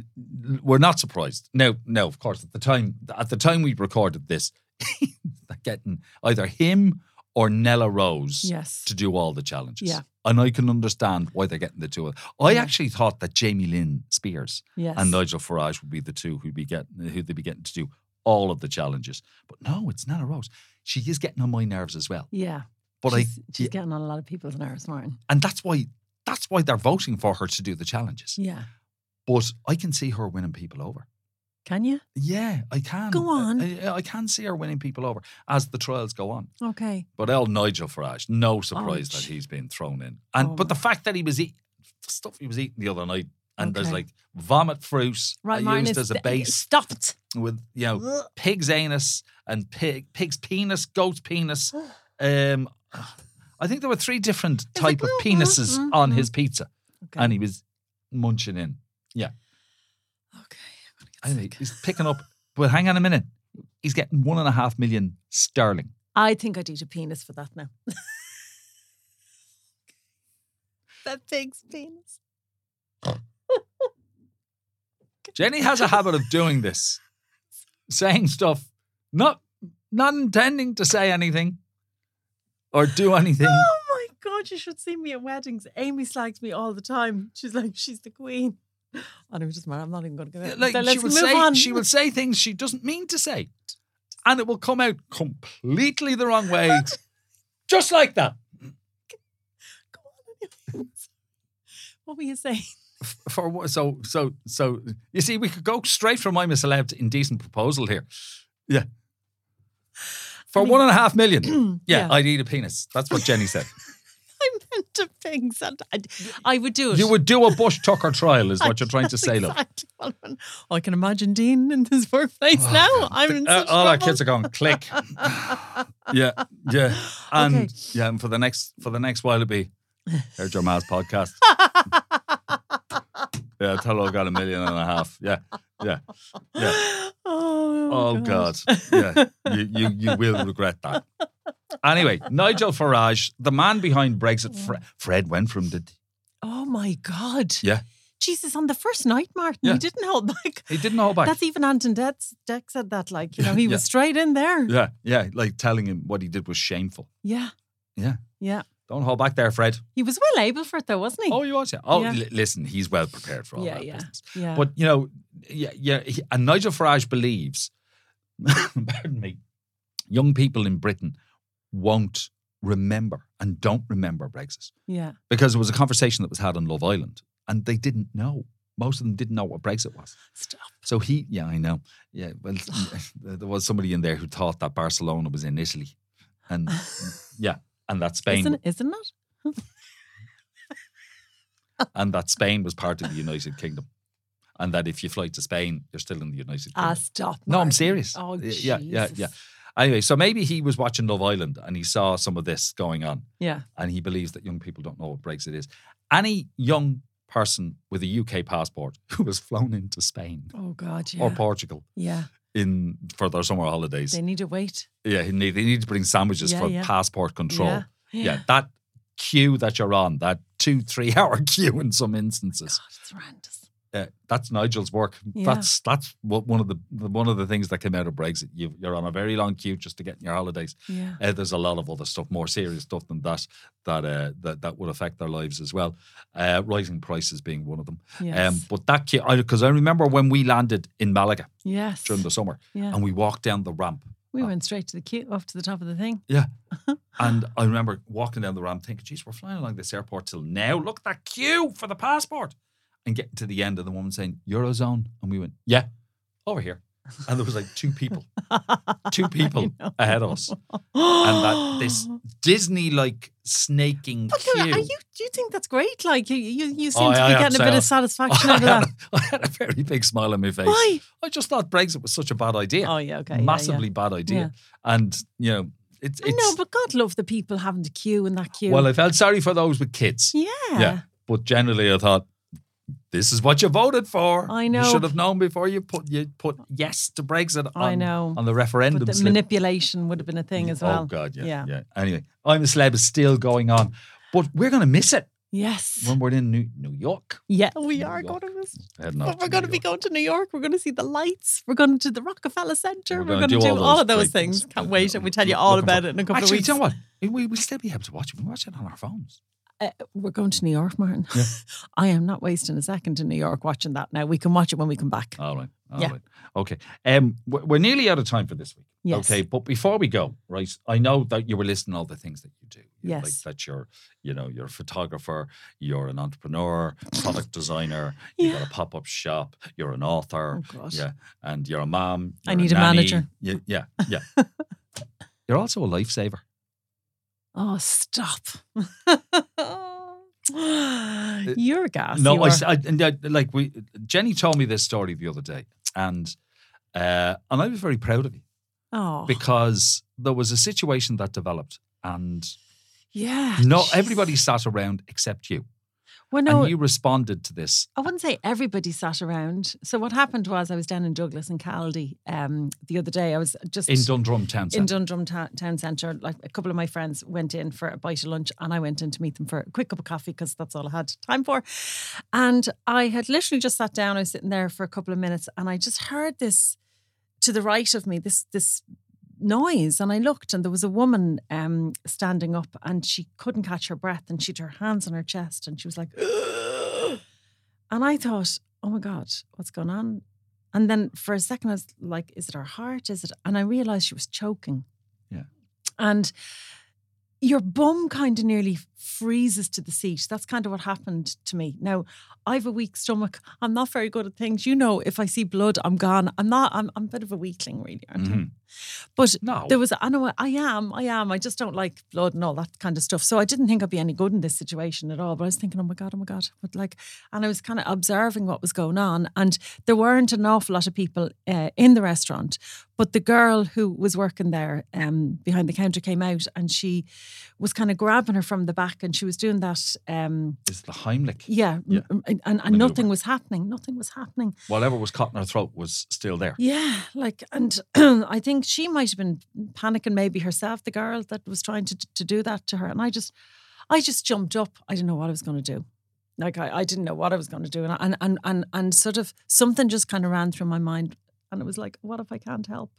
A: We're not surprised. No, no. Of course, at the time, at the time we recorded this, they're getting either him or Nella Rose
B: Yes.
A: to do all the challenges.
B: Yeah.
A: and I can understand why they're getting the two. of- I
B: Yeah.
A: actually thought that Jamie Lynn Spears
B: Yes.
A: and Nigel Farage would be the two who'd be getting who they'd be getting to do all of the challenges. But no, it's Nella Rose. She is getting on my nerves as well.
B: Yeah.
A: But
B: she's,
A: I,
B: she's getting on a lot of people's nerves, Martin.
A: and that's why that's why they're voting for her to do the challenges.
B: Yeah.
A: But I can see her winning people over.
B: Can you?
A: Yeah, I can.
B: Go
A: I-
B: on.
A: I, I can see her winning people over as the trials go on.
B: Okay.
A: But El Nigel Farage, no surprise that
B: Oh, gee.
A: he's been thrown in. And
B: Oh.
A: but the fact that he was eating stuff he was eating the other night, and there's
B: Okay.
A: like vomit fruit
B: Right,
A: I
B: Martin.
A: used
B: it's-
A: as a base
B: Stop it.
A: with you know pig's anus and pig pig's penis, goat's penis. Um, I think there were three different type of
B: mm, mm,
A: penises
B: mm,
A: on
B: mm.
A: his pizza,
B: Okay.
A: and he was munching in. Yeah.
B: okay.
A: I
B: I'm gonna get
A: think
B: sick.
A: he's picking up. But hang on a minute. He's getting one and a half million sterling.
B: I think I'd eat a penis for that now. that pig's penis.
A: Jenny has a habit of doing this, saying stuff, not not intending to say anything or do anything.
B: Oh my god, you should see me at weddings. Amy slags me all the time. She's like, she's the queen. And it was just, man, I'm not even going to go there.
A: Uh, Like
B: so
A: she
B: let's
A: will
B: move
A: say,
B: on.
A: she will say things she doesn't mean to say, and it will come out completely the wrong way, just like that.
B: Go on anyway. What were you saying?
A: for what- so so so you see we could go straight from I'm a celeb to indecent proposal here. Yeah. For one and a half million. yeah,
B: yeah.
A: I'd eat a penis. That's what Jenny said.
B: I meant to pigs. And I, I would do it.
A: you would do a Bush Tucker trial, is what you're trying to say, love.
B: Exactly. Well, I can imagine Dean in his workplace now. I'm in
A: Uh,
B: such
A: all our
B: trouble.
A: kids are going click. yeah, yeah, and
B: Okay.
A: yeah, and for the next for the next while it'll be Heard Your Ma's podcast. yeah, tell her I got a million and a half. Yeah, yeah, yeah.
B: Oh,
A: Oh God. Yeah. You, you you will regret that. Anyway, Nigel Farage, the man behind Brexit, Fre- Fred Wenfrom did.
B: Oh my God.
A: Yeah.
B: Jesus, on the first night, Martin,
A: Yeah.
B: he didn't hold back.
A: He didn't hold back.
B: That's even Anton Deck, Deck said that. Like, you know, he
A: Yeah.
B: was straight in there.
A: yeah, yeah. Like telling him what he did was shameful.
B: Yeah.
A: Yeah.
B: Yeah.
A: Don't hold back there, Fred.
B: He was well able for it though, wasn't he?
A: Oh, you are. Yeah. Oh,
B: Yeah.
A: li- listen, he's well prepared for all
B: yeah,
A: that
B: yeah.
A: business.
B: Yeah.
A: But you know, yeah, yeah. he- and Nigel Farage believes, pardon me, young people in Britain won't remember and don't remember Brexit
B: Yeah.
A: because it was a conversation that was had on Love Island and they didn't know. Most of them didn't know what Brexit was.
B: Stop.
A: So he, yeah, I know. Yeah, well, there was somebody in there who thought that Barcelona was in Italy. And yeah, and that Spain
B: Isn't, isn't it?
A: and that Spain was part of the United Kingdom. And that if you fly to Spain, you're still in the United Kingdom.
B: Ah, stop.
A: no, I'm
B: Martin.
A: serious.
B: Oh,
A: Y- yeah, yeah, yeah.
B: Jesus.
A: Anyway, so maybe he was watching Love Island and he saw some of this going on.
B: Yeah.
A: and he believes that young people don't know what Brexit is. Any young person with a UK passport who was flown into Spain
B: Oh, God. Yeah.
A: or Portugal
B: yeah.
A: in for their summer holidays,
B: They need to wait.
A: yeah, he need, they need to bring sandwiches
B: Yeah,
A: for
B: yeah.
A: passport control.
B: Yeah.
A: Yeah. that queue that you're on, that two three hour queue in some instances.
B: God, it's horrendous.
A: Yeah, that's Nigel's work.
B: Yeah.
A: That's that's what, one of the one of the things that came out of Brexit. You, you're on a very long queue just to get in your holidays.
B: Yeah.
A: Uh, there's a lot of other stuff, more serious stuff than that, that uh, that that would affect their lives as well. Uh, rising prices being one of them. Um,
B: Yes.
A: but that because I, 'cause I remember when we landed in Malaga
B: yes.
A: during the summer,
B: yeah.
A: and we walked down the ramp.
B: we went straight to the queue, off to the top of the thing.
A: Yeah. And I remember walking down the ramp thinking, geez, we're flying along this airport till now. Look at that queue for the passport. And getting to the end of the woman saying, Eurozone. And we went, yeah, over here. And there was like two people, two people ahead of us. And that this Disney like snaking
B: But
A: queue.
B: Laura, are you, do you think that's great? Like, you, you, you seem
A: Oh,
B: to
A: I- I
B: be
A: have
B: getting
A: to
B: a bit
A: say,
B: of
A: I-
B: satisfaction
A: I
B: out of
A: had,
B: that.
A: a, I had a very big smile on my face.
B: Why?
A: I just thought Brexit was such a bad idea.
B: Oh, yeah, okay. yeah, yeah.
A: Massively bad idea.
B: Yeah.
A: And, you know, it's.
B: I
A: it's
B: know, but God love the people having to queue in that queue.
A: well, I felt sorry for those with kids.
B: yeah.
A: Yeah. But generally, I thought this is what you voted for.
B: I
A: You
B: know.
A: should have known before you put you put yes to Brexit. On,
B: I know.
A: on the referendum.
B: But the
A: slip.
B: manipulation would have been a thing as well.
A: Oh God, yeah,
B: Yeah.
A: yeah, Anyway, I'm a celeb is still going on, but we're gonna miss it
B: Yes.
A: when we're in New, New York.
B: yeah, we
A: New
B: are
A: York.
B: going to miss.
A: Heading off
B: But we're going to
A: New
B: be
A: York.
B: going to New York. We're going to see the lights. We're going to the Rockefeller Center. We're,
A: gonna
B: going to do all, of
A: those
B: those
A: great
B: things. Can't wait.
A: Yeah,
B: And we tell you all
A: looking
B: about
A: for-
B: it in a couple
A: Actually,
B: of weeks.
A: you know what? We we still be able to watch it. We watch it on our phones.
B: Uh, we're going to New York, Martin.
A: Yeah.
B: I am not wasting a second in New York watching that now. We can watch it when we come back.
A: All right. all right,
B: Yeah.
A: Okay. Um, we're we're nearly out of time for this week.
B: Yes.
A: Okay. But before we go, right? I know that you were listing all the things that you do. You know,
B: Yes.
A: Like that you're, you know, you're a photographer, you're an entrepreneur, product designer, you've got a pop up shop, you're an author.
B: Oh, God.
A: Yeah. And you're a mom.
B: I
A: you're
B: need a
A: nanny,
B: manager.
A: Yeah. Yeah. Yeah. you're also a lifesaver.
B: Oh, stop.
A: Uh,
B: You're a gas.
A: no,
B: you
A: I,
B: are.
A: s- I- and I- like we. Jenny told me this story the other day, and uh, and I was very proud of you.
B: Oh,
A: because there was a situation that developed and
B: yeah.
A: no
B: jeez.
A: everybody sat around except you
B: Well, no,
A: and you responded to this
B: I wouldn't say everybody sat around. So what happened was I was down in Douglas and Caldy um, the other day. I was just
A: in Dundrum town
B: in
A: centre.
B: Dundrum ta- town centre. Like a couple of my friends went in for a bite of lunch, and I went in to meet them for a quick cup of coffee because that's all I had time for. And I had literally just sat down. I was sitting there for a couple of minutes, and I just heard this to the right of me. This this noise and I looked and there was a woman um, standing up and she couldn't catch her breath and she'd her hands on her chest and she was like and I thought oh my god what's going on and then for a second I was like is it her heart is it and I realized she was choking
A: Yeah.
B: and your bum kind of nearly freezes to the seat. That's kind of what happened to me. Now, I've a weak stomach. I'm not very good at things. You know, if I see blood, I'm gone. I'm not, I'm, I'm a bit of a weakling, really, aren't I?
A: Mhm.
B: But
A: No.
B: there was, I know, I am, I am. I just don't like blood and all that kind of stuff. So I didn't think I'd be any good in this situation at all. But I was thinking, oh my God, oh my God. But like, and I was kind of observing what was going on. And there weren't an awful lot of people uh, in the restaurant. But the girl who was working there um, behind the counter came out and she was kind of grabbing her from the back and she was doing that. Um,
A: It's the Heimlich.
B: yeah.
A: Yeah.
B: m- And, and, and
A: Maneuver.
B: nothing was happening. Nothing was happening.
A: Whatever was caught in her throat was still there.
B: Yeah, like, and I think she might have been panicking, maybe herself, the girl that was trying to to do that to her. And I just, I just jumped up. I didn't know what I was going to do. Like, I, I didn't know what I was going to do, and and and and and sort of something just kind of ran through my mind, and it was like, what if I can't help?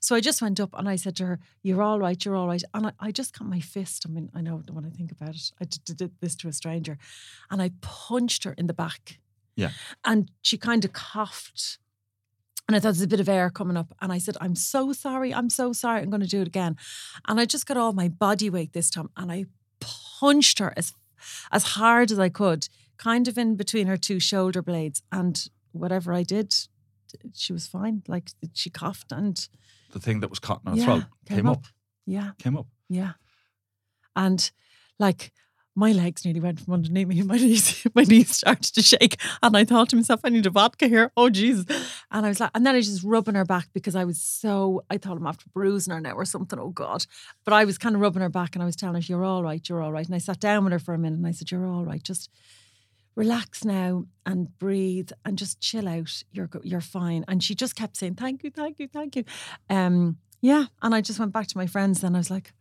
B: So I just went up and I said to her, "You're all right. You're all right." And I, I just got my fist. I mean, I know when I think about it, I d- d- did this to a stranger, and I punched her in the back.
A: Yeah.
B: and she kind of coughed And I thought there's a bit of air coming up. And I said, I'm so sorry. I'm so sorry. I'm going to do it again. And I just got all my body weight this time and I punched her as, as hard as I could, kind of in between her two shoulder blades. And whatever I did, she was fine. Like she coughed and
A: The thing that was caught in her
B: yeah,
A: throat came, up.
B: Yeah.
A: Came up.
B: Yeah. And like my legs nearly went from underneath me and my knees my knees started to shake. And I thought to myself, I need a vodka here. Oh Jesus. And I was like, and then I was just rubbing her back because I was so I thought I'm after bruising her now or something. Oh God. But I was kind of rubbing her back and I was telling her, You're all right, you're all right. And I sat down with her for a minute and I said, You're all right. Just relax now and breathe and just chill out. You're go- you're fine. And she just kept saying, Thank you, thank you, thank you. Um, yeah. And I just went back to my friends and I was like,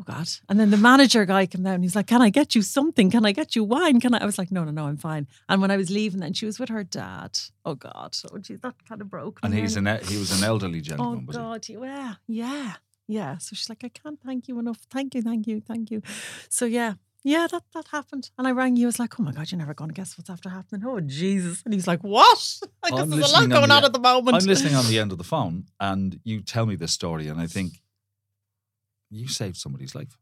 B: oh God. And then the manager guy came down and he's like, Can I get you something? Can I get you wine? Can I? I was like, No, no, no, I'm fine. And when I was leaving, then she was with her dad. Oh God. Oh geez, that kind of broke. me
A: And he's
B: nearly.
A: an e- he was an elderly
B: Oh
A: gentleman, was he?
B: God, yeah, yeah, yeah. So she's like, I can't thank you enough. Thank you, thank you, thank you. So yeah, yeah, that that happened. And I rang you. I was like, Oh my God, you're never going to guess what's after happening. Oh Jesus. And he's like, What? Like
A: I'm
B: this is
A: listening
B: a lot
A: on
B: going
A: the-
B: on at the moment.
A: I'm listening on the end of the phone, and you tell me this story, and I think you saved somebody's life.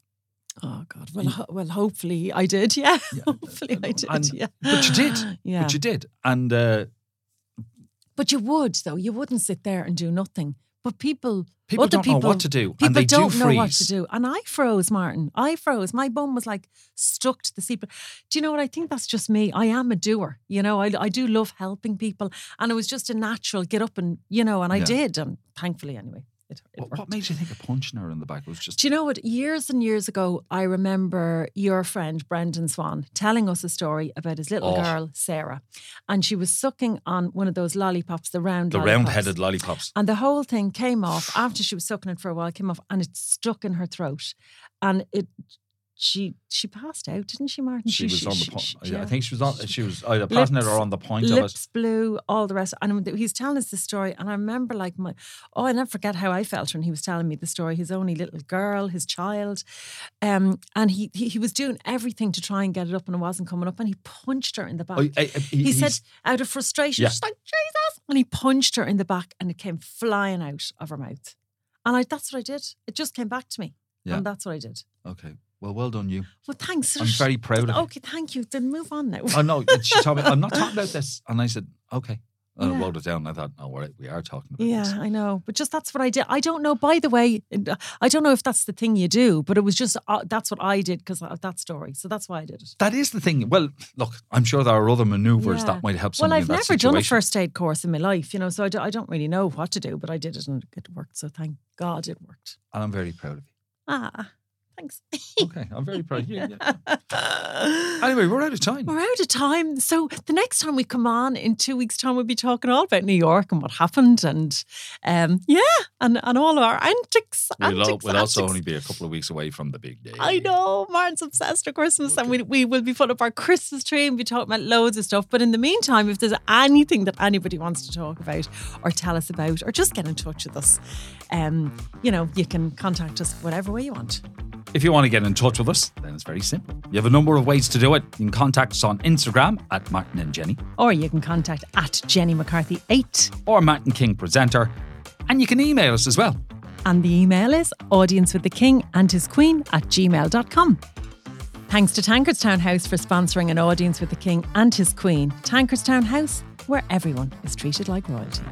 B: Oh God. Well, ho- well, hopefully I did. Yeah,
A: Yeah,
B: hopefully I
A: and-
B: did.
A: and-
B: yeah,
A: but you did.
B: Yeah,
A: But you did, and uh,
B: But you would though. You wouldn't sit there and do nothing. But people,
A: people
B: other
A: don't
B: people,
A: know what to do,
B: People
A: and they
B: don't
A: do
B: know
A: freeze.
B: what to do, and I froze, Martin. I froze. My bum was like stuck to the seat. But do you know what? I think that's just me. I am a doer. You know, I I do love helping people, and it was just a natural get up and you know, and I
A: Yeah.
B: did, and thankfully anyway, it, it
A: What,
B: worked.
A: what made you think of punching her in the back? It was just
B: Do you know what? Years and years ago, I remember your friend Brendan Swan telling us a story about his little
A: Oh.
B: girl Sarah, and she was sucking on one of those lollipops, the round,
A: the
B: lollipops.
A: round-headed lollipops.
B: and the whole thing came off after she was sucking it for a while. Came off, and it stuck in her throat, and it. She she passed out, didn't she, Martin?
A: She was on the
B: she-
A: point. Oh,
B: she-
A: I
B: yeah.
A: think she was on. She was either passing it
B: Lips-
A: or on the point of it.
B: Lips blue, all the rest. And he's telling us the story, and I remember like my oh, I never forget how I felt when he was telling me the story. His only little girl, his child, um, and he he, he was doing everything to try and get it up, and it wasn't coming up, and he punched her in the back.
A: I- I- I- Oh, eh,
B: he,
A: he-
B: said
A: he's-
B: out of frustration,
A: Yeah.
B: she's like Jesus, and he punched her in the back, and it came flying out of her mouth. And I, that's what I did. It just came back to me,
A: Yeah.
B: and that's what I did.
A: Okay. Well, well done, you.
B: Well, thanks.
A: I'm very proud of you.
B: Okay, thank you. Then move on now.
A: I know. She told me, I'm not talking about this. And I said, okay. And I
B: Yeah.
A: wrote it down. And I thought, no, we're, we are talking about
B: Yeah,
A: this.
B: I know. But just that's what I did. I don't know, by the way, and, uh, I don't know if that's the thing you do, but it was just uh, that's what I did because of that story. So that's why I did it.
A: That is the thing. Well, look, I'm sure there are other maneuvers
B: Yeah.
A: that might help
B: Well,
A: somebody
B: I've
A: in
B: never
A: that situation.
B: done a first aid course in my life, you know, so I, do, I don't really know what to do, but I did it and it worked. So thank God it worked.
A: and I'm very proud of you.
B: Ah, thanks.
A: Okay. I'm very proud of you. yeah. Anyway, we're out of time.
B: We're out of time. So the next time we come on in two weeks' time, we'll be talking all about New York and what happened and, um, yeah, and, and all of our antics.
A: We'll, al-
B: antics,
A: we'll also
B: antics.
A: only be a couple of weeks away from the big day.
B: I know Martin's obsessed with Christmas, and we, we will be putting up our Christmas tree and be talking about loads of stuff. But in the meantime, if there's anything that anybody wants to talk about or tell us about, or just get in touch with us, um, you know, you can contact us whatever way you want.
A: If you want to get in touch with us, then it's very simple. You have a number of ways to do it. You can contact us on Instagram at Martin and Jenny
B: Or you can contact at Jenny McCarthy eight,
A: or Martin King Presenter. And you can email us as well.
B: and the email is audience with the king and his queen at gmail.com. Thanks to Tankerstown House for sponsoring an audience with the king and his queen. Tankerstown House, where everyone is treated like royalty.